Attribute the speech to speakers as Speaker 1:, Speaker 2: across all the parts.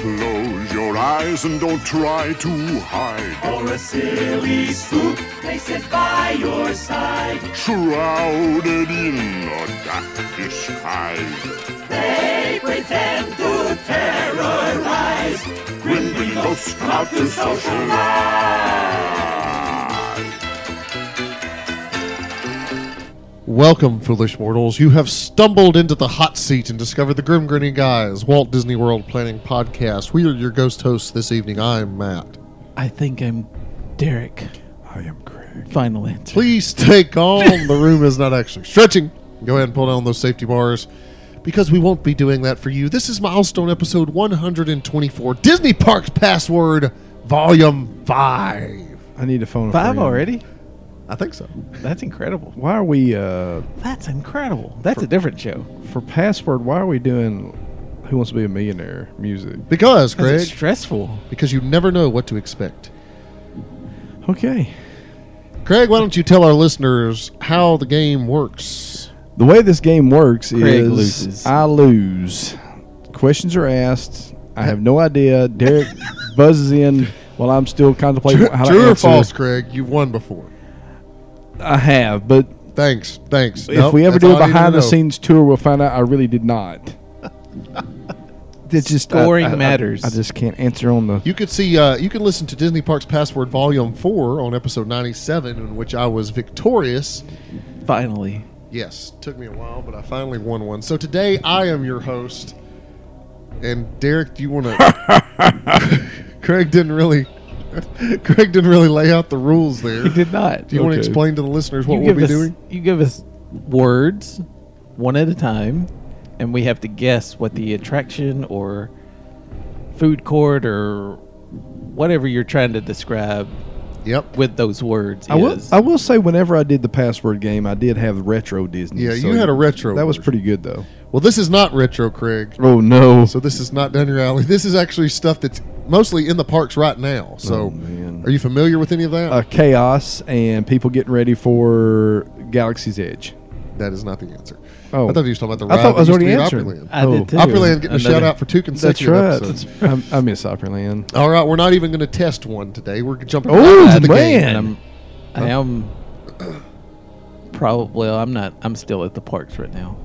Speaker 1: Close your eyes and don't try to hide.
Speaker 2: Or a silly spook, they sit by your side.
Speaker 1: Shrouded in a dark disguise.
Speaker 2: They pretend to terrorize.
Speaker 1: Grim green ghosts come out to socialize.
Speaker 3: Welcome, foolish mortals. You have stumbled into the hot seat and discovered the Grim Grinning Guys, Walt Disney World Planning Podcast. We are your ghost hosts this evening. I'm Matt.
Speaker 4: I think I'm Derek.
Speaker 5: I am Craig.
Speaker 4: Final answer.
Speaker 3: Please take on. the room is not actually stretching. Go ahead and pull down those safety bars because we won't be doing that for you. This is milestone episode 124 Disney Parks Password, Volume 5.
Speaker 5: I need to phone a
Speaker 4: Five
Speaker 5: friend.
Speaker 4: already?
Speaker 3: I think so.
Speaker 4: That's incredible.
Speaker 5: Why are we uh
Speaker 4: That's incredible. That's a different show.
Speaker 5: for password? Why are we doing Who Wants to Be a Millionaire music?
Speaker 3: Because,
Speaker 4: That's
Speaker 3: Greg,
Speaker 4: stressful.
Speaker 3: because you never know what to expect.
Speaker 5: Okay.
Speaker 3: Craig, why don't you tell our listeners how the game works?
Speaker 5: The way this game works
Speaker 4: Craig
Speaker 5: is
Speaker 4: loses.
Speaker 5: I lose. Questions are asked. I have no idea. Derek buzzes in while I'm still contemplating
Speaker 3: True,
Speaker 5: how to
Speaker 3: true or
Speaker 5: answer.
Speaker 3: false, Craig? You've won before.
Speaker 5: I have, but
Speaker 3: Thanks, thanks.
Speaker 5: if we ever do a behind the scenes tour, we'll find out I really did not. It's just I-
Speaker 4: Scoring
Speaker 5: I- I-
Speaker 4: matters.
Speaker 5: I just can't answer on the
Speaker 3: you could see, uh, you can listen to Disney Parks Password Volume Four on episode ninety-seven, in which I was victorious.
Speaker 4: Finally.
Speaker 3: Yes, took me a while, but I finally won one. So today I am your host, and Derek, do you want to? Craig didn't really, Craig didn't really lay out the rules there.
Speaker 4: You did not.
Speaker 3: Do you want to
Speaker 5: Okay.
Speaker 3: explain to the listeners what
Speaker 4: you
Speaker 3: we'll
Speaker 4: give
Speaker 3: be
Speaker 4: us,
Speaker 3: doing?
Speaker 4: You give us words, one at a time, and we have to guess what the attraction or food court or whatever you're trying to describe
Speaker 3: Yep.
Speaker 4: with those words
Speaker 5: I will,
Speaker 4: is.
Speaker 5: I will say, whenever I did the password game, I did have retro Disney.
Speaker 3: Yeah, you had a retro
Speaker 5: That was
Speaker 3: version.
Speaker 5: pretty good, though.
Speaker 3: Well, this is not retro, Craig.
Speaker 5: Oh no!
Speaker 3: So this is not down your alley. This is actually stuff that's mostly in the parks right now. So,
Speaker 5: Oh, man.
Speaker 3: are you familiar with any of that?
Speaker 5: uh, chaos and people getting ready for Galaxy's Edge.
Speaker 3: that is not the answer.
Speaker 5: oh.
Speaker 3: I thought you were talking about the
Speaker 5: I
Speaker 3: ride
Speaker 5: thought I was
Speaker 3: that used to
Speaker 5: already
Speaker 3: be at
Speaker 5: answering.
Speaker 3: Opryland.
Speaker 4: I
Speaker 5: Oh.
Speaker 4: did too.
Speaker 3: Opryland getting a shout
Speaker 4: Another-
Speaker 3: out for two
Speaker 5: That's
Speaker 3: consecutive
Speaker 5: right.
Speaker 3: episodes.
Speaker 5: I, I miss Opryland.
Speaker 3: All right, we're not even going to test one today. We're jumping
Speaker 5: Oh,
Speaker 3: right into the
Speaker 5: man.
Speaker 3: game.
Speaker 5: I'm-
Speaker 4: I am probably. Well, I'm not. I'm still at the parks right now.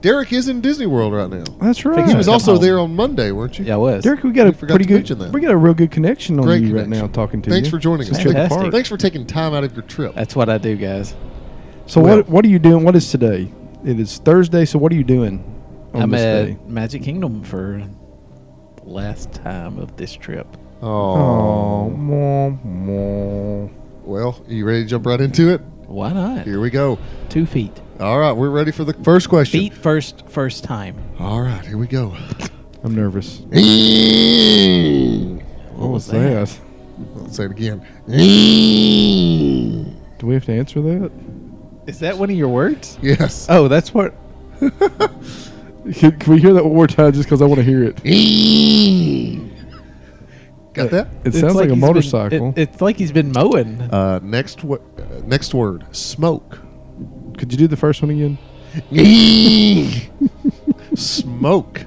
Speaker 3: Derek is in Disney World right now.
Speaker 5: That's right.
Speaker 3: He was
Speaker 4: Come
Speaker 3: also
Speaker 4: home.
Speaker 3: there on Monday, weren't you?
Speaker 4: Yeah, I was.
Speaker 5: Derek, we got a
Speaker 3: forgot
Speaker 5: pretty
Speaker 3: to
Speaker 5: good.
Speaker 3: mention that.
Speaker 5: We got a real good connection on
Speaker 3: Great
Speaker 5: you right
Speaker 3: connection.
Speaker 5: now. Talking to
Speaker 3: Thanks
Speaker 5: you.
Speaker 3: for joining us.
Speaker 5: Since you're at the
Speaker 4: Fantastic.
Speaker 5: park.
Speaker 3: Thanks for taking time out of your trip.
Speaker 4: That's what I do, guys.
Speaker 5: So what? What are you doing? What is today? It is Thursday. So what are you doing on
Speaker 4: I'm
Speaker 5: this
Speaker 4: at
Speaker 5: day?
Speaker 4: Magic Kingdom for the last time of this trip.
Speaker 3: Oh.
Speaker 5: Oh, mwah, mwah.
Speaker 3: Well, you ready to jump right into it?
Speaker 4: Why not?
Speaker 3: Here we go.
Speaker 4: Two feet.
Speaker 3: All right, we're ready for the first question.
Speaker 4: Feet first. First time.
Speaker 3: All right, here we go.
Speaker 5: I'm nervous.
Speaker 3: Let's
Speaker 4: What,
Speaker 5: What was that?
Speaker 3: say it again. yes.
Speaker 5: Do we have to answer that?
Speaker 4: Is that one of your words? Oh, that's what.
Speaker 5: Can, can we hear that one more time just because I want to hear it? It
Speaker 3: Got that?
Speaker 4: It's
Speaker 5: sounds like, a
Speaker 4: he's been-
Speaker 5: motorcycle.
Speaker 4: it- it's like he's been mowing.
Speaker 3: Uh, next wo- uh, next word. Smoke.
Speaker 5: Could you do the first one again?
Speaker 3: Smoke.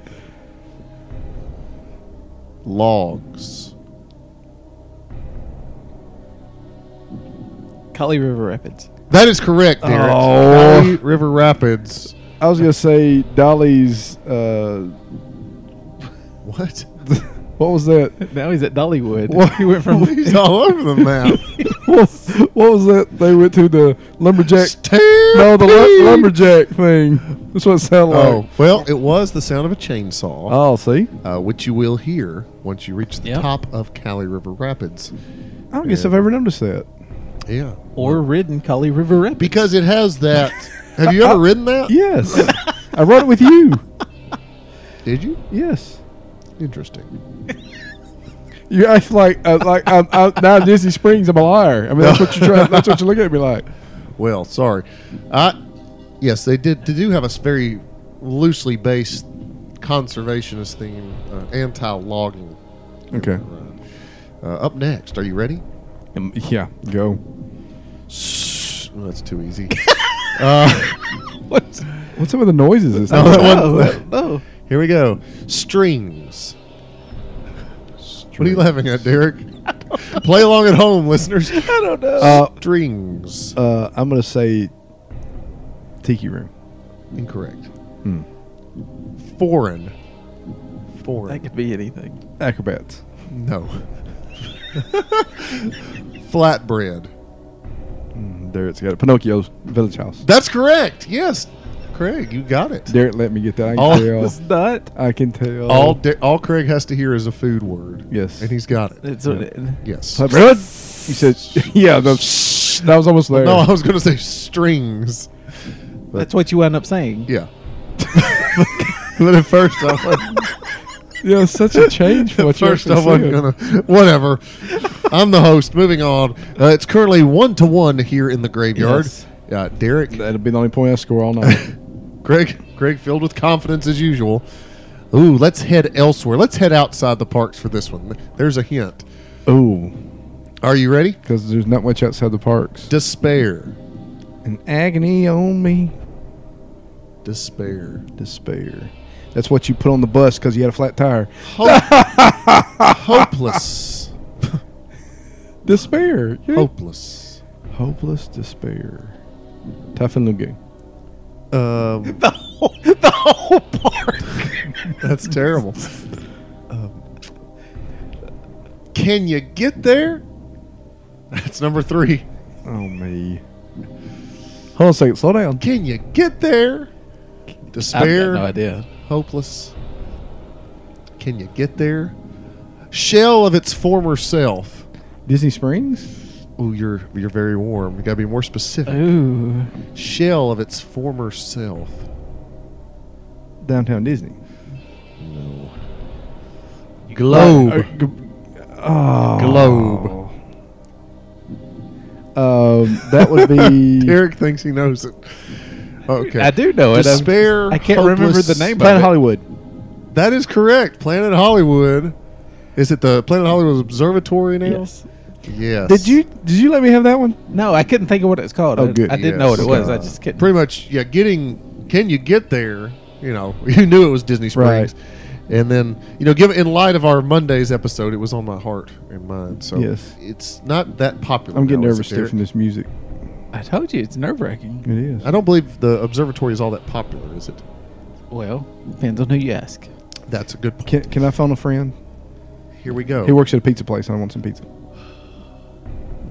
Speaker 3: Logs.
Speaker 4: Kali River Rapids.
Speaker 3: That is correct, Derek.
Speaker 5: Oh.
Speaker 3: Valley River Rapids.
Speaker 5: I was going to say Dolly's. Uh,
Speaker 3: What?
Speaker 5: what was that?
Speaker 4: Now he's at Dollywood.
Speaker 5: What-
Speaker 4: He went from
Speaker 3: He's all over the map.
Speaker 5: what? What was that? They went to the lumberjack. No,
Speaker 3: no,
Speaker 5: the lu- lumberjack thing. That's what it sounded
Speaker 3: Oh,
Speaker 5: like.
Speaker 3: well, it was the sound of a chainsaw.
Speaker 5: Oh, see?
Speaker 3: uh, which you will hear once you reach the
Speaker 4: Yep.
Speaker 3: top of Cali River Rapids.
Speaker 5: I don't guess
Speaker 3: Yeah.
Speaker 5: I've ever noticed that.
Speaker 3: Yeah,
Speaker 4: or ridden Kali River Rapids.
Speaker 3: because it has that. have you ever ridden that?
Speaker 5: Yes. I wrote it with you.
Speaker 3: Did you?
Speaker 5: Yes.
Speaker 3: Interesting.
Speaker 5: You act like uh, like I'm, I'm now in Disney Springs. I'm a liar. I mean, that's what you try. That's what you look at me like.
Speaker 3: Well, sorry. I yes, they did. They do have a s- very loosely based conservationist theme, uh, anti-logging.
Speaker 5: Okay.
Speaker 3: Uh, up next, are you ready?
Speaker 5: Um, yeah. Go.
Speaker 3: Oh, that's too easy.
Speaker 5: What's up with the noises? This
Speaker 4: Oh.
Speaker 3: No,
Speaker 5: time?
Speaker 3: that one-
Speaker 4: no.
Speaker 3: Here we go. Strings. What are you laughing at, Derek? Play along at home, listeners. I don't know. Strings.
Speaker 5: Uh, I'm gonna say tiki room.
Speaker 3: Incorrect.
Speaker 5: Hmm.
Speaker 3: Foreign. Foreign.
Speaker 4: That could be anything.
Speaker 5: Acrobats.
Speaker 3: No. Flatbread.
Speaker 5: Mm, There it's got Pinocchio's village house.
Speaker 3: That's correct. Yes, Craig, you got it.
Speaker 5: Derek let me get that. I can
Speaker 3: All-
Speaker 5: tell.
Speaker 4: It's not.
Speaker 5: I can tell.
Speaker 3: all Da- all Craig has to hear is a food word.
Speaker 5: Yes.
Speaker 3: and he's got it.
Speaker 4: It's what it-
Speaker 3: Yes.
Speaker 5: Everyone? You said yeah. The, that was almost there.
Speaker 3: No, I was going to say strings.
Speaker 4: That's what you wound up saying.
Speaker 3: Yeah. but at first, I wasn't,
Speaker 5: yeah, it's such a change for
Speaker 3: at
Speaker 5: what you
Speaker 3: first I
Speaker 5: actually
Speaker 3: wasn't
Speaker 5: said.
Speaker 3: gonna. Whatever. I'm the host. Moving on. Uh, it's currently one to one here in the graveyard.
Speaker 4: Yes.
Speaker 3: Uh, Derek,
Speaker 5: That'll be the only point I score all night.
Speaker 3: Greg, Greg, filled with confidence as usual. Ooh, let's head elsewhere. Let's head outside the parks for this one. There's a hint.
Speaker 5: Ooh,
Speaker 3: Are you ready?
Speaker 5: because there's not much outside the parks.
Speaker 3: Despair.
Speaker 5: An agony on me,
Speaker 3: Despair.
Speaker 5: despair. That's what you put on the bus because you had a flat tire.
Speaker 3: Hopeless.
Speaker 5: Despair. Yeah.
Speaker 3: Hopeless.
Speaker 5: Hopeless despair. Typhoon Lagoon.
Speaker 3: Um,
Speaker 4: The whole, the whole park.
Speaker 3: that's terrible. Um, can you get there? That's number three.
Speaker 5: Oh me. Hold on a second. Slow down.
Speaker 3: Can you get there?
Speaker 4: I've got
Speaker 3: Despair.
Speaker 4: no idea.
Speaker 3: Hopeless. Can you get there? Shell of its former self.
Speaker 5: Disney Springs.
Speaker 3: Ooh, you're you're very warm. You gotta be more specific.
Speaker 4: Ooh.
Speaker 3: Shell of its former self.
Speaker 5: Downtown Disney.
Speaker 3: No. Globe.
Speaker 5: Uh, uh, g- oh.
Speaker 3: Globe.
Speaker 5: Um, that would be
Speaker 3: Eric thinks he knows it. Okay.
Speaker 4: I do know it. I'm-
Speaker 3: Despair.
Speaker 4: I can't remember the
Speaker 3: hopeless-
Speaker 4: name of
Speaker 5: Planet
Speaker 4: it.
Speaker 5: Hollywood.
Speaker 3: That is correct. Planet Hollywood. Is it the Planet Hollywood Observatory now?
Speaker 4: Yes.
Speaker 3: Yes.
Speaker 5: Did you did you let me have that one?
Speaker 4: No, I couldn't think of what it's called.
Speaker 5: Oh,
Speaker 4: I-
Speaker 5: good.
Speaker 4: I didn't know what it
Speaker 3: Yes.
Speaker 4: was. I
Speaker 5: Uh,
Speaker 4: just couldn't.
Speaker 3: pretty much yeah getting can you get there you know you knew it was disney springs and then you know given in light of our monday's episode it was on my heart and mind so
Speaker 5: Yes.
Speaker 3: it's not that popular
Speaker 5: I'm getting
Speaker 3: now, is
Speaker 5: nervous
Speaker 3: it,
Speaker 5: too from
Speaker 3: Derek?
Speaker 5: this music.
Speaker 4: I told you it's nerve wracking.
Speaker 5: It is.
Speaker 3: i don't believe the observatory is all that popular is it
Speaker 4: Well, depends on who you ask.
Speaker 3: that's a good point
Speaker 5: Can, can I phone a friend?
Speaker 3: here we go
Speaker 5: He works at a pizza place. and I want some pizza.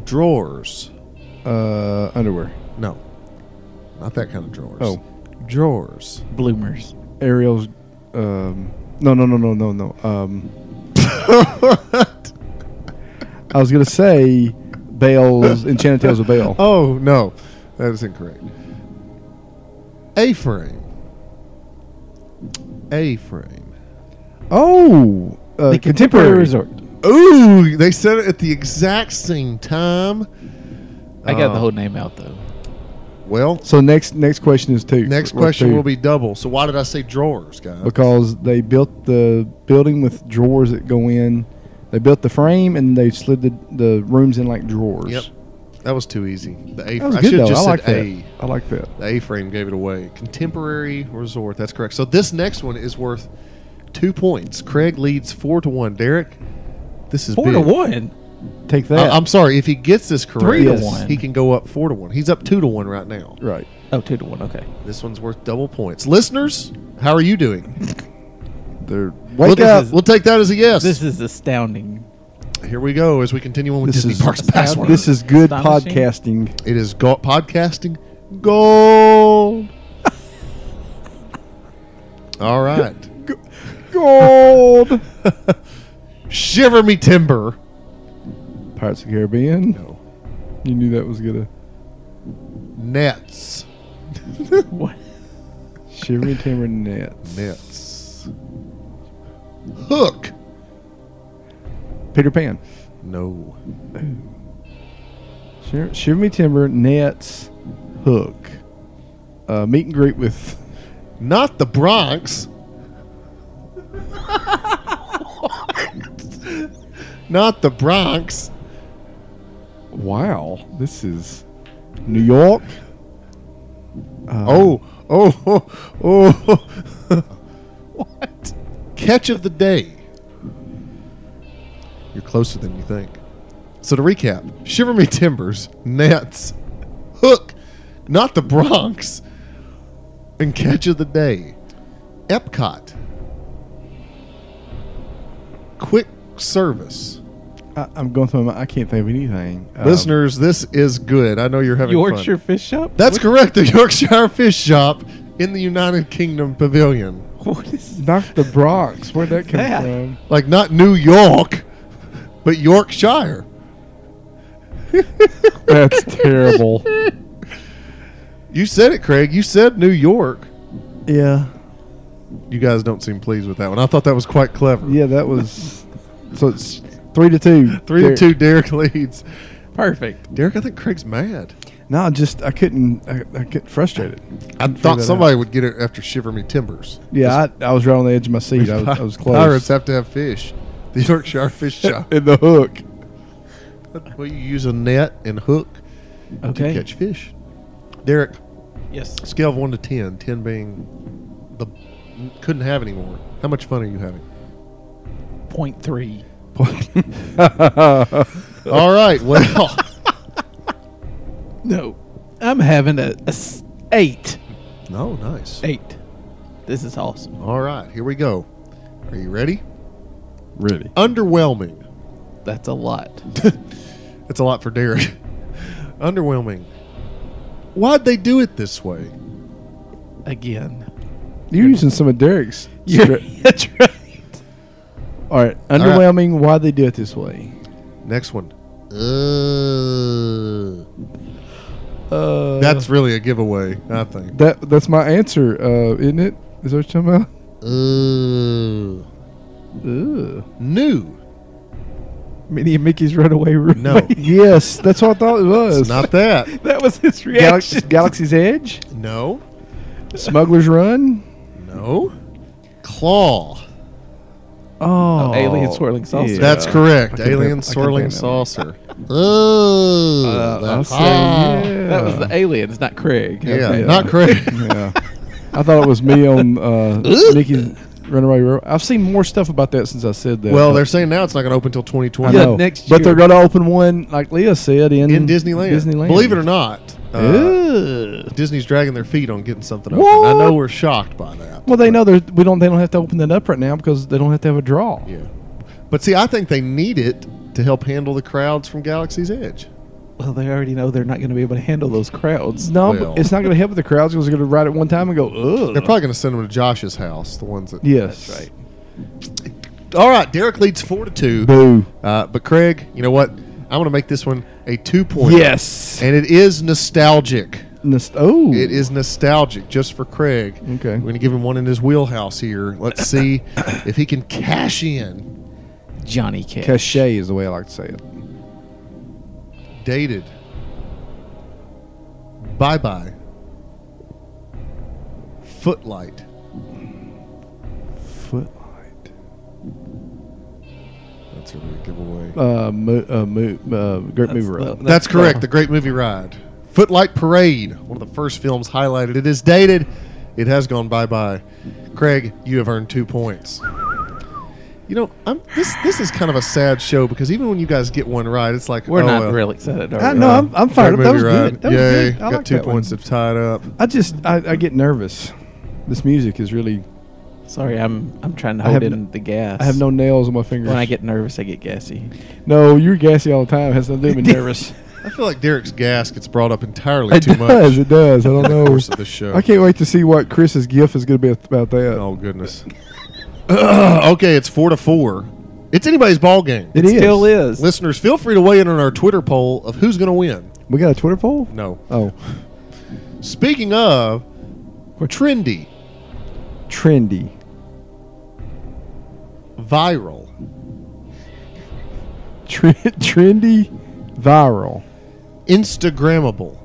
Speaker 3: drawers
Speaker 5: Uh, underwear.
Speaker 3: no not that kind of drawers
Speaker 5: Oh.
Speaker 3: drawers
Speaker 4: Bloomers.
Speaker 3: Uh,
Speaker 5: Ariel's. Um, no, no, no, no, no, no. Um, I was gonna say Bell's Enchanted Tales of Bell.
Speaker 3: oh no that is incorrect a-frame a-frame
Speaker 5: Oh, uh,
Speaker 4: the contemporary resort.
Speaker 3: Ooh, they said it at the exact same time.
Speaker 4: I got
Speaker 3: Uh,
Speaker 4: the whole name out though.
Speaker 3: Well,
Speaker 5: So next next question is two.
Speaker 3: next
Speaker 5: We're
Speaker 3: question
Speaker 5: two.
Speaker 3: will be double. So why did I say drawers, guys?
Speaker 5: because they built the building with drawers that go in. They built the frame and they slid the, the rooms in like drawers.
Speaker 3: yep, that was too easy. The A.
Speaker 5: That was
Speaker 3: I
Speaker 5: good
Speaker 3: should
Speaker 5: though.
Speaker 3: just
Speaker 5: I
Speaker 3: said
Speaker 5: like that.
Speaker 3: A.
Speaker 5: I like that.
Speaker 3: The A frame gave it away. Contemporary resort. That's correct. So this next one is worth two points. Craig leads four to one. Derek, this is
Speaker 4: Four to
Speaker 3: big.
Speaker 4: one.
Speaker 5: Take that.
Speaker 3: I- I'm sorry. If he gets this correct,
Speaker 4: Three
Speaker 5: to
Speaker 4: one.
Speaker 3: he can go up four to one. He's up two to one right now.
Speaker 5: right.
Speaker 4: Oh, two to one. Okay.
Speaker 3: This one's worth double points. Listeners, how are you doing?
Speaker 5: They're
Speaker 3: We'll,
Speaker 5: wake up.
Speaker 4: is-
Speaker 3: we'll take that as a yes.
Speaker 4: This is astounding.
Speaker 3: Here we go as we continue on with
Speaker 5: This
Speaker 3: Disney
Speaker 5: is
Speaker 3: Parks Password.
Speaker 5: this is good
Speaker 4: Astonishing.
Speaker 5: podcasting.
Speaker 3: it is go- podcasting gold. All right,
Speaker 5: Gold.
Speaker 3: shiver me timber.
Speaker 5: Pirates of the Caribbean.
Speaker 3: No
Speaker 5: You knew that was gonna
Speaker 3: nets,
Speaker 4: What?
Speaker 5: shivery timber nets.
Speaker 3: nets. Hook.
Speaker 5: Peter Pan.
Speaker 3: No.
Speaker 5: Shiver, shiver me timber nets. Hook. Uh, meet and greet with.
Speaker 3: Not the Bronx. Not the Bronx.
Speaker 5: Wow, this is New York.
Speaker 3: Oh, oh, oh, oh. what? Catch of the day. You're closer than you think. So to recap, Shiver Me Timbers, Nance, Hook, Not the Bronx, and Catch of the Day, Epcot, Quick Service.
Speaker 5: I, I'm going through. My, I can't think of anything. Um,
Speaker 3: Listeners, this is good. I know you're having fun.
Speaker 4: Yorkshire Fish Shop?
Speaker 3: That's correct. The Yorkshire Fish Shop in the United Kingdom Pavilion.
Speaker 4: What is
Speaker 5: Knock the Bronx. Where'd that come
Speaker 4: that?
Speaker 5: from?
Speaker 3: Like not New York, but Yorkshire.
Speaker 5: That's terrible.
Speaker 3: You said it, Craig. You said New York.
Speaker 5: Yeah.
Speaker 3: You guys don't seem pleased with that one. I thought that was quite clever.
Speaker 5: Yeah, that was. So it's three to two.
Speaker 3: Three to two, Derek leads.
Speaker 4: perfect?
Speaker 3: Derek, I think Craig's mad.
Speaker 5: No, I just I couldn't. I, I get frustrated.
Speaker 3: I
Speaker 5: that
Speaker 3: thought
Speaker 5: out.
Speaker 3: somebody would get it after Shiver Me Timbers.
Speaker 5: Yeah, I, I was right on the edge of my seat. I, was- I was close.
Speaker 3: Pirates have to have fish. The Yorkshire Fish Shop.
Speaker 5: in the hook.
Speaker 3: well, you use a net and hook
Speaker 4: Okay.
Speaker 3: to catch fish. Derek,
Speaker 4: Yes.
Speaker 3: scale of one to ten, ten being the couldn't have any more. How much fun are you having?
Speaker 4: Point three.
Speaker 3: All right. Well,
Speaker 4: No. I'm having a, a s- eight.
Speaker 3: no, nice.
Speaker 4: Eight. This is awesome.
Speaker 3: All right, here we go. Are you ready?
Speaker 5: Really?
Speaker 3: Underwhelming.
Speaker 4: That's a lot.
Speaker 3: That's a lot for Derek. Underwhelming. Why'd they do it this way?
Speaker 4: Again.
Speaker 5: You're using some of Derek's.
Speaker 4: Yeah,
Speaker 5: script.
Speaker 4: that's right.
Speaker 5: All right. Underwhelming. Why they do it this way?
Speaker 3: Next one. Uh, that's really a giveaway, I think.
Speaker 5: That that's my answer. Uh, isn't it? Is that what you're talking about?
Speaker 3: Uh,
Speaker 5: Ugh.
Speaker 3: new.
Speaker 4: Minnie and Mickey's Runaway Room.
Speaker 3: No.
Speaker 5: Yes, that's what I thought it was.
Speaker 3: It's not that.
Speaker 4: that was his
Speaker 5: Galax-
Speaker 4: reaction.
Speaker 5: Galaxy's Edge,
Speaker 3: No.
Speaker 5: Smuggler's Run.
Speaker 3: No. Claw.
Speaker 5: Oh,
Speaker 4: Alien Swirling Saucer.
Speaker 5: yeah.
Speaker 3: That's correct.
Speaker 5: I can
Speaker 3: Alien
Speaker 5: think- I
Speaker 3: swirling
Speaker 5: can think of it.
Speaker 3: saucer. Ooh,
Speaker 5: Uh,
Speaker 3: that's
Speaker 4: That was the aliens, not Craig.
Speaker 3: yeah,
Speaker 5: yeah.
Speaker 3: not correct.
Speaker 5: yeah. I thought it was me on uh, Nikki's Runaway Railroad. I've seen more stuff about that since I said that.
Speaker 3: well,
Speaker 5: but
Speaker 3: they're saying now it's not going to open until
Speaker 5: I
Speaker 3: 2020
Speaker 4: Yeah,
Speaker 5: know.
Speaker 4: next
Speaker 5: but they're
Speaker 4: year.
Speaker 5: going to open one, like Leah said, in,
Speaker 3: in Disneyland.
Speaker 5: Disneyland.
Speaker 3: Believe it or not, uh,
Speaker 4: Ugh.
Speaker 3: Disney's dragging their feet on getting something open. I
Speaker 5: What?
Speaker 3: know we're shocked by that.
Speaker 5: Well, they know they we don't. They don't have to open that up right now because they don't have to have a draw.
Speaker 3: Yeah, but see, I think they need it to help handle the crowds from Galaxy's Edge.
Speaker 4: Well, they already know they're not going to be able to handle those crowds.
Speaker 5: No,
Speaker 3: Well.
Speaker 5: but it's not going to help with the crowds because they're going to ride it one time and go. Ugh.
Speaker 3: They're probably going to send them to Josh's house. The ones that
Speaker 5: yes.
Speaker 4: That's right.
Speaker 3: All right, Derek leads four to two.
Speaker 5: Boo.
Speaker 3: Uh, but Craig, you know what? I'm going to make this one a two point.
Speaker 5: Yes.
Speaker 3: and it is nostalgic.
Speaker 5: Nos- oh.
Speaker 3: It is nostalgic just for Craig.
Speaker 5: Okay.
Speaker 3: We're going to give him one in his wheelhouse here. Let's see if he can cash in.
Speaker 4: Johnny Cash.
Speaker 5: cachet is the way I like to say it.
Speaker 3: Dated. Bye bye. Footlight.
Speaker 5: Footlight.
Speaker 3: That's a really good giveaway.
Speaker 5: Uh, mo- uh, mo- uh, great
Speaker 4: That's
Speaker 5: mover.
Speaker 4: the-
Speaker 5: up.
Speaker 3: That's
Speaker 4: the-
Speaker 3: correct. The Great Movie Ride. Footlight Parade. One of the first films highlighted. It is dated. It has gone bye bye. Craig, you have earned two points. You know, I'm, this this is kind of a sad show because even when you guys get one right, it's like
Speaker 4: We're
Speaker 3: oh,
Speaker 4: not
Speaker 3: well.
Speaker 4: real excited. Are
Speaker 5: I
Speaker 4: we?
Speaker 5: know. I'm, I'm fired up.
Speaker 3: Great
Speaker 5: That
Speaker 3: Movie
Speaker 5: was
Speaker 3: Ride.
Speaker 5: good. That was
Speaker 3: Yay.
Speaker 5: good. I
Speaker 3: Got
Speaker 5: like
Speaker 3: two
Speaker 5: that
Speaker 3: points.
Speaker 5: One.
Speaker 3: Have tied up.
Speaker 5: I just I, I get nervous. This music is really.
Speaker 4: Sorry, I'm I'm trying to
Speaker 5: I
Speaker 4: hold
Speaker 5: have
Speaker 4: in
Speaker 5: no-
Speaker 4: the gas.
Speaker 5: I have no nails on my fingers.
Speaker 4: When I get nervous, I get gassy.
Speaker 5: no, you're gassy all the time. Has nothing to do with nervous.
Speaker 3: I feel like Derek's gas gets brought up entirely
Speaker 5: it
Speaker 3: too
Speaker 5: does. It
Speaker 3: much.
Speaker 5: does. I don't know.
Speaker 3: course of the show.
Speaker 5: I can't wait to see what Chris's gift is going to be about that.
Speaker 3: Oh goodness. Uh, okay, it's four to four. It's anybody's ball game.
Speaker 5: It is.
Speaker 4: Still is.
Speaker 3: Listeners, feel free to weigh in on our Twitter poll of who's going to win.
Speaker 5: We got a Twitter poll.
Speaker 3: No.
Speaker 5: Oh,
Speaker 3: Speaking of, we're trendy,
Speaker 5: trendy.
Speaker 3: viral,
Speaker 5: Tre- trendy, viral.
Speaker 3: Instagrammable.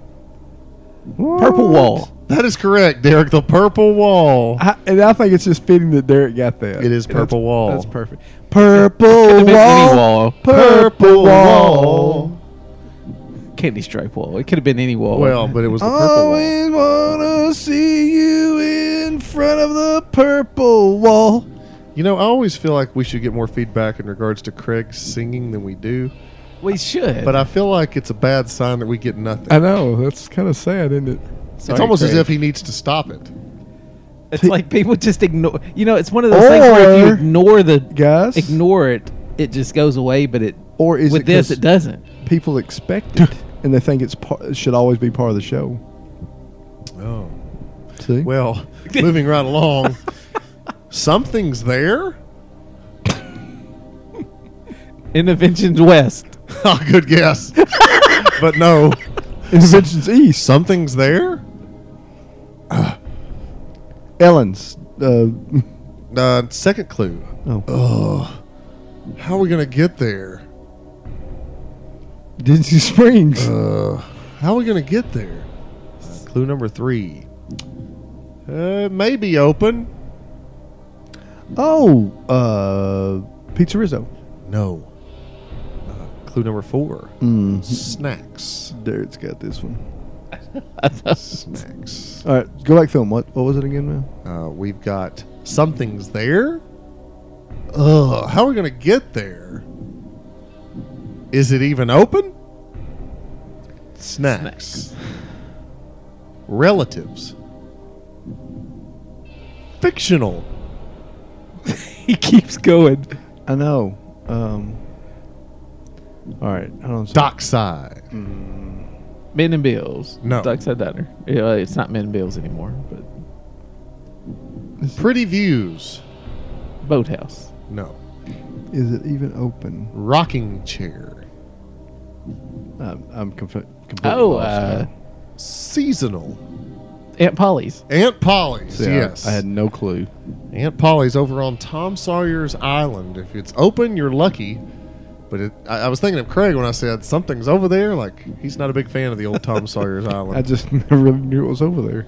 Speaker 4: Purple wall.
Speaker 3: That is correct, Derek. The purple wall.
Speaker 5: I, and I think it's just fitting that Derek got that.
Speaker 3: It is purple wall.
Speaker 5: That's perfect. Purple
Speaker 4: Could've been any
Speaker 5: wall,
Speaker 4: wall.
Speaker 5: Purple wall.
Speaker 4: Candy stripe wall. It could have been any wall.
Speaker 3: Well, but it was the purple wall.
Speaker 5: wanna see you in front of the purple wall.
Speaker 3: You know, I always feel like we should get more feedback in regards to Craig singing than we do,
Speaker 4: We should.
Speaker 3: but I feel like it's a bad sign that we get nothing.
Speaker 5: I know that's kind of sad, isn't it?
Speaker 3: it's almost as if he needs to stop it.
Speaker 4: it's like people just ignore. You know, it's one of those things where if you
Speaker 5: Or-
Speaker 4: ignore the
Speaker 5: Guys?
Speaker 4: ignore it, it just goes away. But it
Speaker 5: Or is
Speaker 4: with
Speaker 5: it
Speaker 4: this,
Speaker 5: 'cause
Speaker 4: it doesn't.
Speaker 5: People expect it, and they think it's par- it should always be part of the show.
Speaker 3: Oh.
Speaker 5: See,
Speaker 3: Well, moving right along, something's there.
Speaker 4: Interventions West.
Speaker 3: Oh, good guess. but no,
Speaker 5: interventions east.
Speaker 3: something's there.
Speaker 5: Ellen's. Uh,
Speaker 3: Uh, second clue.
Speaker 5: oh,
Speaker 3: How are we going to get there?
Speaker 5: Disney Springs.
Speaker 4: Uh,
Speaker 3: How are we going to get there? Clue number three. Uh, it may be open.
Speaker 5: oh, uh, Pizza Rizzo.
Speaker 3: No. Uh, clue number four. Snacks.
Speaker 5: Derek's Hmm. got this one.
Speaker 3: Snacks.
Speaker 5: All right, go back film. What what was it again, man?
Speaker 3: Uh, we've got something's there. Ugh, how are we gonna get there? Is it even open? Snacks. Relatives. Fictional.
Speaker 4: He keeps going.
Speaker 5: I know. Um, all right, hold on. a second.
Speaker 3: Dockside.
Speaker 4: Men and Bills.
Speaker 3: No.
Speaker 4: Duckside Diner. Yeah, it's not Men and Bills anymore, but
Speaker 3: Pretty views.
Speaker 4: Boathouse.
Speaker 3: No.
Speaker 5: Is it even open?
Speaker 3: Rocking chair.
Speaker 5: I'm, Um, I'm conf- completely
Speaker 4: Oh,
Speaker 5: lost
Speaker 4: uh,
Speaker 5: now.
Speaker 3: Seasonal.
Speaker 4: Aunt Polly's.
Speaker 3: Aunt Polly's.
Speaker 5: See, I-
Speaker 3: yes.
Speaker 5: I, had no clue.
Speaker 3: Aunt Polly's over on Tom Sawyer's Island. If it's open, you're lucky. But it, I, I was thinking of Craig when I said something's over there. Like he's not a big fan of the old Tom Sawyer's
Speaker 5: I
Speaker 3: Island.
Speaker 5: just never really knew it was over there.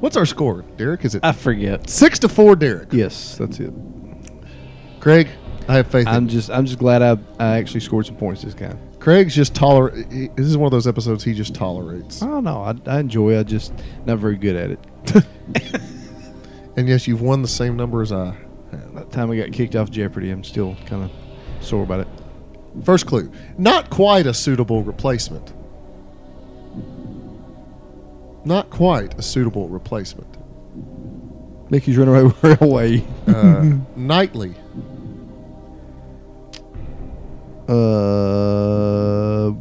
Speaker 3: What's our score, Derek? Is it
Speaker 4: I forget.
Speaker 3: six to four, Derek?
Speaker 5: Yes, that's it.
Speaker 3: Craig, I have faith.
Speaker 5: I'm
Speaker 3: in
Speaker 5: just I'm just glad I I actually scored some points this time.
Speaker 3: Craig's just tolerate. This is one of those episodes he just tolerates.
Speaker 5: I don't know. I, I enjoy. it. I just not very good at it.
Speaker 3: And yes, you've won the same number as I. have.
Speaker 5: That time I got kicked off Jeopardy, I'm still kind of sore about it.
Speaker 3: First clue: not quite a suitable replacement. Not quite a suitable replacement.
Speaker 5: Mickey's Runaway Railway.
Speaker 3: Uh, nightly.
Speaker 5: Uh,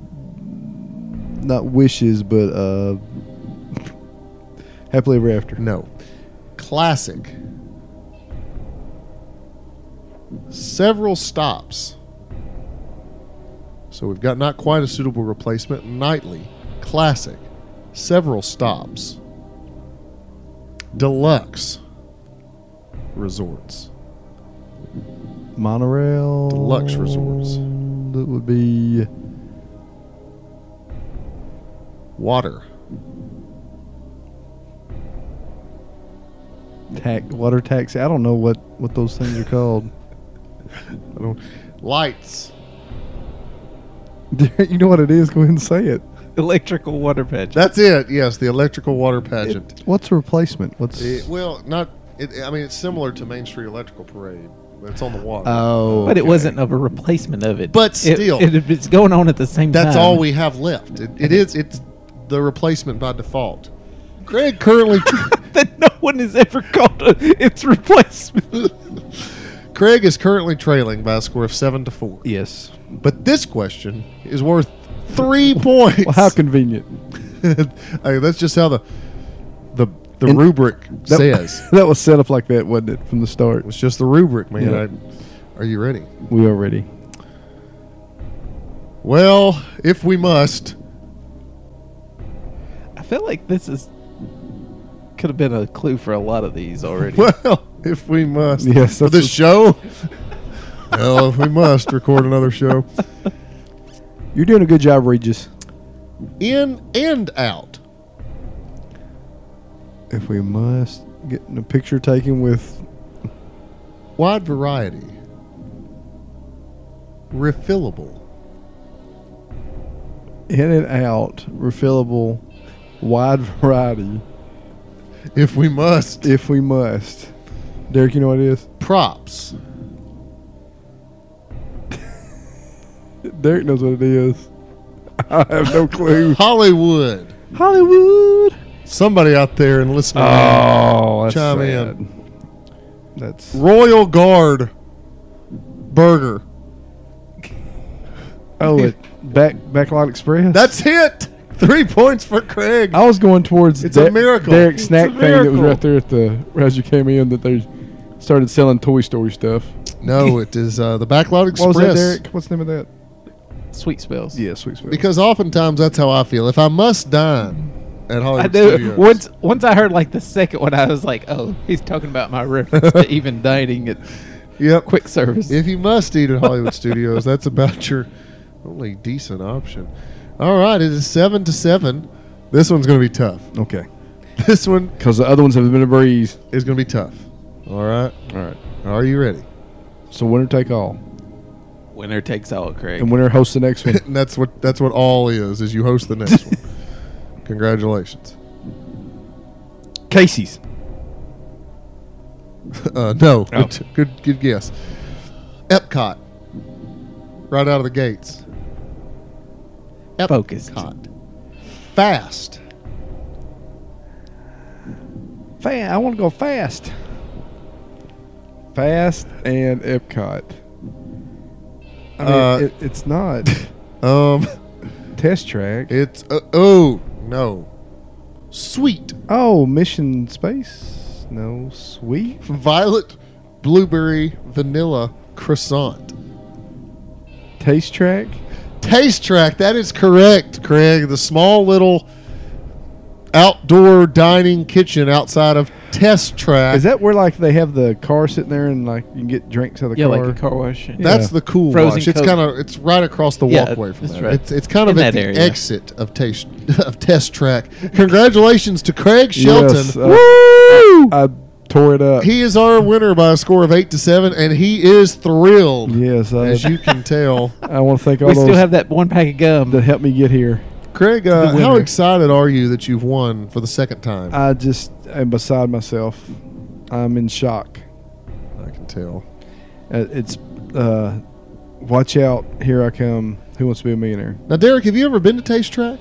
Speaker 5: not wishes, but uh, happily ever after.
Speaker 3: No. Classic. Several stops. So we've got not quite a suitable replacement. Nightly. Classic. Several stops. Deluxe. Resorts.
Speaker 5: Monorail.
Speaker 3: Deluxe resorts.
Speaker 5: That would be
Speaker 3: Water.
Speaker 5: tax water taxi. I don't know what what those things are called.
Speaker 3: I don't- Lights.
Speaker 5: you know what it is? Go ahead and say it.
Speaker 4: Electrical water patch.
Speaker 3: That's it. Yes, the electrical water pageant.
Speaker 5: What's a replacement? What's
Speaker 3: It- well, not. It, I mean, it's similar to Main Street Electrical Parade, but it's on the water.
Speaker 5: oh?
Speaker 4: But it
Speaker 5: okay.
Speaker 4: wasn't of a replacement of it.
Speaker 3: But
Speaker 4: It-
Speaker 3: still.
Speaker 4: it, it's going on at the same time.
Speaker 3: That's all we have left. It, it is. It's the replacement by default. Craig currently,
Speaker 4: that no one has ever called a, its replacement.
Speaker 3: Craig is currently trailing by a score of seven to four.
Speaker 5: Yes.
Speaker 3: But this question is worth three points.
Speaker 5: Well, how convenient.
Speaker 3: I mean, that's just how the the the
Speaker 5: And
Speaker 3: rubric
Speaker 5: That,
Speaker 3: says.
Speaker 5: that was set up like that, wasn't it, from the start?
Speaker 3: It's just the rubric, man.
Speaker 5: Yeah.
Speaker 3: I, are you ready?
Speaker 5: We are ready.
Speaker 3: Well, if we must,
Speaker 4: I feel like this is could have been a clue for a lot of these already.
Speaker 3: well, if we must,
Speaker 5: Yes,
Speaker 3: for
Speaker 5: that's
Speaker 3: this
Speaker 5: a-
Speaker 3: show. well, if we must record another show.
Speaker 5: You're doing a good job, Regis.
Speaker 3: In and out.
Speaker 5: If we must get a picture taken with
Speaker 3: Wide variety. Refillable.
Speaker 5: in and out, refillable, wide variety,
Speaker 3: If we must.
Speaker 5: if we must. Derek, you know what it is?
Speaker 3: crops.
Speaker 5: Derek knows what it is. I have no clue.
Speaker 3: Hollywood.
Speaker 5: Hollywood.
Speaker 3: Somebody out there and listening.
Speaker 5: Oh, that's
Speaker 3: Chime
Speaker 5: sad.
Speaker 3: in.
Speaker 5: That's
Speaker 3: Royal Guard burger.
Speaker 5: oh, it, back backlot express.
Speaker 3: That's it. Three points for Craig.
Speaker 5: I was going towards
Speaker 3: It's a miracle.
Speaker 5: Derek's
Speaker 3: It's
Speaker 5: snack
Speaker 3: a
Speaker 5: thing that was
Speaker 3: miracle.
Speaker 5: right there at the as you came in that they started selling Toy Story stuff.
Speaker 3: No, it is uh, the Backlot
Speaker 5: What was
Speaker 3: Express.
Speaker 5: that, Derek? What's the name of that?
Speaker 4: Sweet spells.
Speaker 5: Yeah, sweet sweet.
Speaker 3: Because oftentimes that's how I feel. If I must dine at
Speaker 4: I
Speaker 3: Hollywood
Speaker 4: do.
Speaker 3: Studios,
Speaker 4: Once, once I heard like the second one, I was like, "Oh, he's talking about my reference to even dining at
Speaker 3: yep.
Speaker 4: quick service."
Speaker 3: If you must eat at Hollywood Studios, that's about your only decent option. All right, it is seven to seven. This one's going to be tough.
Speaker 5: okay,
Speaker 3: This one
Speaker 5: because the other ones have been a breeze.
Speaker 3: is going to be tough. All right,
Speaker 5: All right,
Speaker 3: are you ready?
Speaker 5: so winner take all,
Speaker 4: Winner takes all, Craig.
Speaker 5: and winner hosts the next one.
Speaker 3: And that's what that's what all is. Is you host the next one. Congratulations.
Speaker 5: Casey's.
Speaker 3: Uh, no,
Speaker 5: Oh.
Speaker 3: good, good, good guess. Epcot, right out of the gates.
Speaker 4: Focused.
Speaker 3: Fast.
Speaker 5: Fast. I want to go fast. Fast and Epcot. I mean,
Speaker 3: Uh,
Speaker 5: it, it's not
Speaker 3: Um,
Speaker 5: test track.
Speaker 3: it's uh, oh no, sweet
Speaker 5: oh, Mission Space. No, sweet.
Speaker 3: violet, blueberry, vanilla croissant.
Speaker 5: Taste track.
Speaker 3: Taste track. That is correct, Craig. The small little outdoor dining kitchen outside of Test Track.
Speaker 5: Is that where like they have the car sitting there and like you can get drinks out of the
Speaker 4: yeah,
Speaker 5: car?
Speaker 4: like a car wash.
Speaker 3: That's
Speaker 5: Yeah.
Speaker 3: the cool
Speaker 4: Frozen
Speaker 3: wash. It's
Speaker 4: Coke.
Speaker 3: kind of it's right across the
Speaker 4: Yeah,
Speaker 3: walkway from
Speaker 4: that's
Speaker 3: that.
Speaker 4: right.
Speaker 3: It's it's kind of
Speaker 4: In
Speaker 3: at the
Speaker 4: that area.
Speaker 3: exit of taste of test track. Congratulations to Craig Shelton.
Speaker 5: Yes, uh, I tore it up.
Speaker 3: He is our winner by a score of eight to seven, and he is thrilled.
Speaker 5: yes, I,
Speaker 3: As you can tell,
Speaker 5: I want to thank all
Speaker 4: We
Speaker 5: those
Speaker 4: still have that one pack of gum.
Speaker 5: that helped me get here.
Speaker 3: Craig, uh, how
Speaker 5: winner.
Speaker 3: excited are you that you've won for the second time?
Speaker 4: Uh,
Speaker 5: I just am beside myself. I'm in shock.
Speaker 3: I can tell.
Speaker 5: Uh, It's uh, watch out, here I come. Who wants to be a millionaire?
Speaker 3: Now, Derek, have you ever been to Taste Track?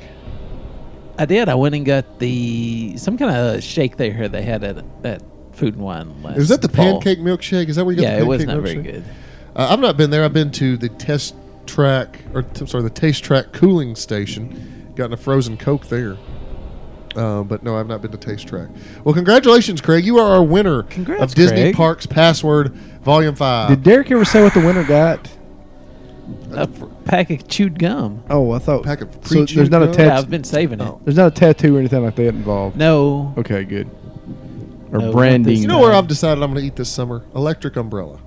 Speaker 4: I did. I went and got the some kind of shake they had they had at at Food and Wine last.
Speaker 3: Is that the
Speaker 4: fall.
Speaker 3: pancake milkshake? Is that where you got
Speaker 4: Yeah,
Speaker 3: the
Speaker 4: it was
Speaker 3: pancake
Speaker 4: not
Speaker 3: milkshake?
Speaker 4: very good.
Speaker 3: Uh, I've not been there. I've been to the test track, or t- sorry, the taste track cooling station. Gotten a frozen Coke there. Uh, but no, I've not been to Taste Track. Well, congratulations, Craig. You are our winner
Speaker 4: Congrats,
Speaker 3: of Disney
Speaker 4: Craig.
Speaker 3: Parks Password Volume 5.
Speaker 5: Did Derek ever say what the winner got?
Speaker 4: A pack of chewed gum.
Speaker 5: Oh, I thought
Speaker 3: Pack of
Speaker 5: so there's
Speaker 3: pre-chewed
Speaker 5: not a
Speaker 3: gum?
Speaker 5: tat-
Speaker 4: Yeah, I've been saving it.
Speaker 3: Oh.
Speaker 5: there's not a tattoo or anything like that involved.
Speaker 4: No,
Speaker 5: Okay, good. Or
Speaker 4: No, not this
Speaker 5: branding.
Speaker 4: time.
Speaker 3: you know where I've decided I'm going to eat this summer? Electric Umbrella.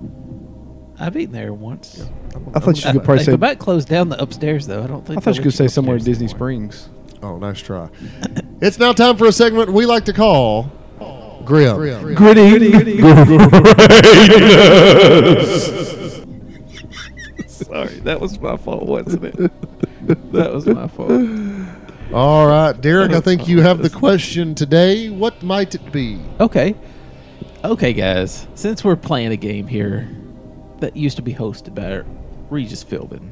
Speaker 4: I've eaten there once.
Speaker 3: I'm-
Speaker 5: I thought you
Speaker 3: I'm-
Speaker 5: could probably
Speaker 4: they
Speaker 5: say-
Speaker 4: about closed down the upstairs though. I don't think.
Speaker 5: I thought
Speaker 4: they
Speaker 5: you could
Speaker 4: let
Speaker 5: say somewhere in
Speaker 4: upstairs
Speaker 5: Disney
Speaker 4: anymore.
Speaker 5: Springs.
Speaker 3: Oh, nice try. it's now time for a segment we like to call Grim.
Speaker 5: Gritty.
Speaker 4: Sorry, that was my fault, wasn't it? that was my fault.
Speaker 3: All right, Derek, I think you have the question today. What might it be?
Speaker 4: Okay. Okay, guys. Since we're playing a game here that used to be hosted by Regis Philbin,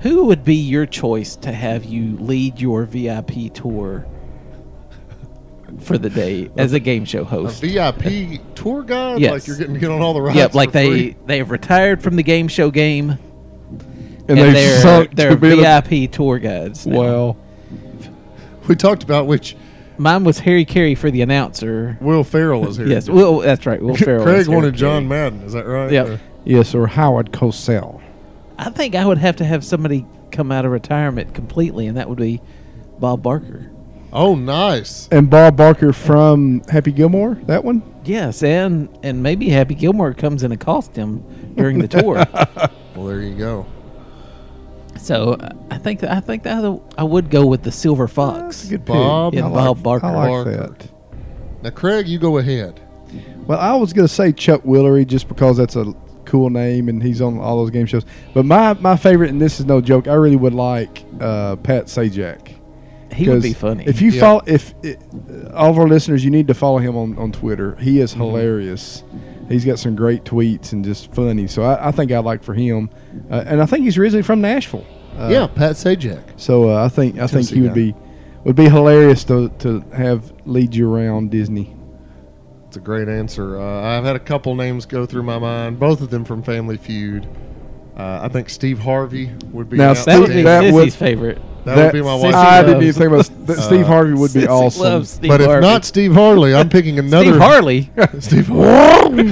Speaker 4: who would be your choice to have you lead your VIP tour for the day as a game show
Speaker 3: a
Speaker 4: host?
Speaker 3: VIP tour guide?
Speaker 4: Yes.
Speaker 3: Like you're getting to get on all the rides?
Speaker 4: Yep, like
Speaker 3: for
Speaker 4: they
Speaker 3: free?
Speaker 4: they have retired from the game show game
Speaker 5: And,
Speaker 4: and
Speaker 5: they
Speaker 4: they're
Speaker 5: suck
Speaker 4: they're
Speaker 5: to be the-
Speaker 4: VIP tour guides. now.
Speaker 5: Well,
Speaker 3: We talked about which
Speaker 4: mine was Harry Carey for the announcer.
Speaker 3: Will Ferrell is here.
Speaker 4: Yes, Will. That's right. Will Ferrell.
Speaker 3: Craig
Speaker 4: is Harry
Speaker 3: wanted John
Speaker 4: Carey.
Speaker 3: Madden. Is that right?
Speaker 4: Yep.
Speaker 3: Or-
Speaker 5: yes, or Howard Cosell.
Speaker 4: I think I would have to have somebody come out of retirement completely, and that would be Bob Barker.
Speaker 3: Oh, nice.
Speaker 5: And Bob Barker from Happy Gilmore, that one?
Speaker 4: Yes, and and maybe Happy Gilmore comes and accosts him during the tour.
Speaker 3: Well, there you go.
Speaker 4: so uh, I think I think that I- I would go with the Silver Fox.
Speaker 5: Good pick.
Speaker 3: Bob-
Speaker 4: Yeah,
Speaker 5: I
Speaker 4: Bob
Speaker 5: like-
Speaker 4: Barker.
Speaker 5: I like
Speaker 3: Barker.
Speaker 5: that.
Speaker 3: Now, Craig, you go ahead.
Speaker 5: Well, I was gonna say Chuck Willery just because that's a cool name and he's on all those game shows. But my my favorite, and this is no joke, I really would like uh, Pat Sajak.
Speaker 4: He would
Speaker 5: 'Cause
Speaker 4: be funny.
Speaker 5: If you
Speaker 3: Yeah.
Speaker 5: follow, if it, all of our listeners, you need to follow him on, on Twitter. He is
Speaker 3: Mm-hmm.
Speaker 5: hilarious. He's got some great tweets and just funny. So I, I think I'd like for him, uh, and I think he's originally from Nashville. Uh,
Speaker 3: yeah, Pat Sajak.
Speaker 5: So uh, I think I think
Speaker 3: Tennessee
Speaker 5: he would
Speaker 3: guy.
Speaker 5: be would be hilarious to to have lead you around Disney.
Speaker 3: It's a great answer. Uh, I've had a couple names go through my mind, both of them from Family Feud. Uh, I think Steve Harvey would be
Speaker 5: Now,
Speaker 3: an
Speaker 4: that would be
Speaker 3: outstanding-
Speaker 5: That
Speaker 4: Sissy's
Speaker 5: would-
Speaker 4: favorite.
Speaker 3: that would be my
Speaker 4: Sissy
Speaker 3: wife. Uh,
Speaker 5: I
Speaker 4: loves-
Speaker 5: didn't even think about that Steve Harvey would be
Speaker 4: Sissy
Speaker 5: awesome.
Speaker 4: loves Steve
Speaker 3: but if
Speaker 4: Harvey.
Speaker 3: not Steve Harley, I'm picking another
Speaker 4: Steve Harley,
Speaker 3: Steve Harvey.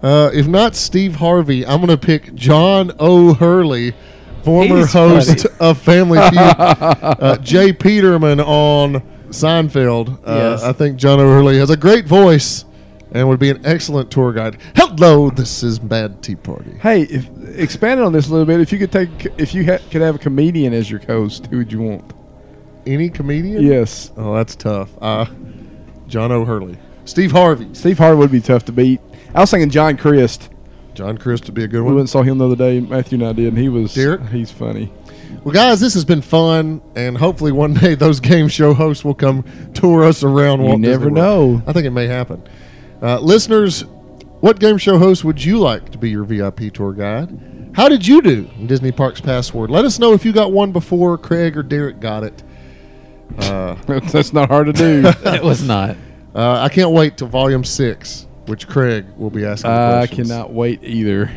Speaker 3: uh, if not Steve Harvey, I'm going to pick John O. Hurley, former
Speaker 4: He's
Speaker 3: host
Speaker 4: funny.
Speaker 3: of Family Feud, uh, Jay Peterman on Seinfeld. Uh,
Speaker 4: Yes.
Speaker 3: I think John O. Hurley has a great voice and would be an excellent tour guide. Hello, this is Mad Tea Party.
Speaker 5: Hey, if expanding on this a little bit, if you could take if you ha- could have a comedian as your host, who would you want?
Speaker 3: Any comedian?
Speaker 5: Yes,
Speaker 3: Oh, that's tough. Uh, John O. Hurley. Steve Harvey.
Speaker 5: Steve Harvey would be tough to beat. I was thinking John Christ.
Speaker 3: John Chris would be a good
Speaker 5: We
Speaker 3: one.
Speaker 5: went and saw him the other day. Matthew and I did, and he was
Speaker 3: Derek?
Speaker 5: he's funny.
Speaker 3: Well, guys, this has been fun, and hopefully one day those game show hosts will come tour us around.
Speaker 5: You
Speaker 3: Walt Disney
Speaker 5: never
Speaker 3: World.
Speaker 5: know.
Speaker 3: I think it may happen. Uh, listeners, what game show host would you like to be your VIP tour guide? How did you do in Disney Parks Password? Let us know if you got one before Craig or Derek got it. Uh,
Speaker 5: That's not hard to do.
Speaker 4: it was not.
Speaker 3: uh, I can't wait to Volume Six, which Craig will be asking.
Speaker 5: I
Speaker 3: questions.
Speaker 5: cannot wait either.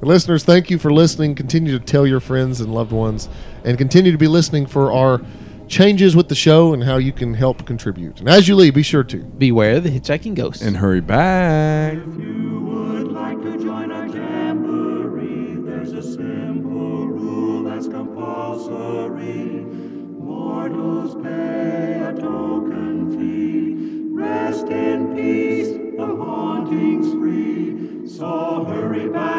Speaker 3: Listeners, thank you for listening. Continue to tell your friends and loved ones, and continue to be listening for our changes with the show and how you can help contribute. And as you leave, be sure to.
Speaker 4: Beware the hitchhiking ghost.
Speaker 5: And hurry back.
Speaker 2: you would like to join our jamboree, there's a simple rule that's compulsory. Mortals pay a token fee. Rest in peace, the haunting's free. So hurry back.